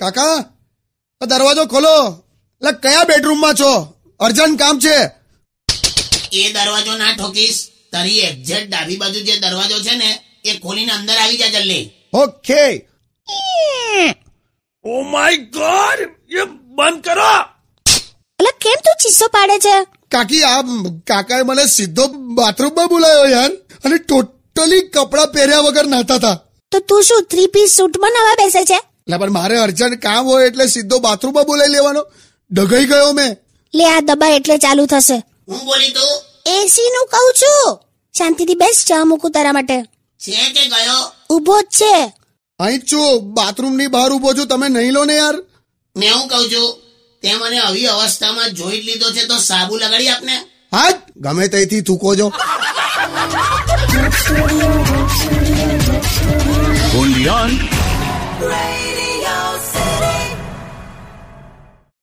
કાકા આ દરવાજો ખોલો એટલે કયા બેડરૂમમાં છો અર્જન્ટ કામ છે એ દરવાજો ના ઠોકીશ તારી એક્ઝેક્ટ ડાબી બાજુ જે દરવાજો છે ને એ ખોલીને અંદર આવી જા જલ્દી ઓકે ઓ માય ગોડ એ બંધ કરો એટલે કેમ તું ચીસો પાડે છે કાકી આ કાકાએ મને સીધો બાથરૂમમાં બોલાયો યાર અને ટોટલી કપડાં પહેર્યા વગર નાતા હતા તો તું શું થ્રી પીસ સૂટમાં નવા બેસે છે એટલે પણ મારે અર્જન્ટ કામ હોય એટલે સીધો બાથરૂમમાં બોલાવી લેવાનો ડઘાઈ ગયો મેં લે આ દબાય એટલે ચાલુ થશે હું બોલી તું એસી નું કહું છું શાંતિથી બેસ ચા મૂકું તારા માટે છે કે ગયો ઊભો જ છે અહીં જ છું બાથરૂમની બહાર ઊભો છું તમે નહીં લો ને યાર મેં હું કહું છું તે મને આવી અવસ્થામાં જોઈ જ લીધો છે તો સાબુ લગાડી આપને હા જ, ગમે ત્યાંથી થૂકો છો only on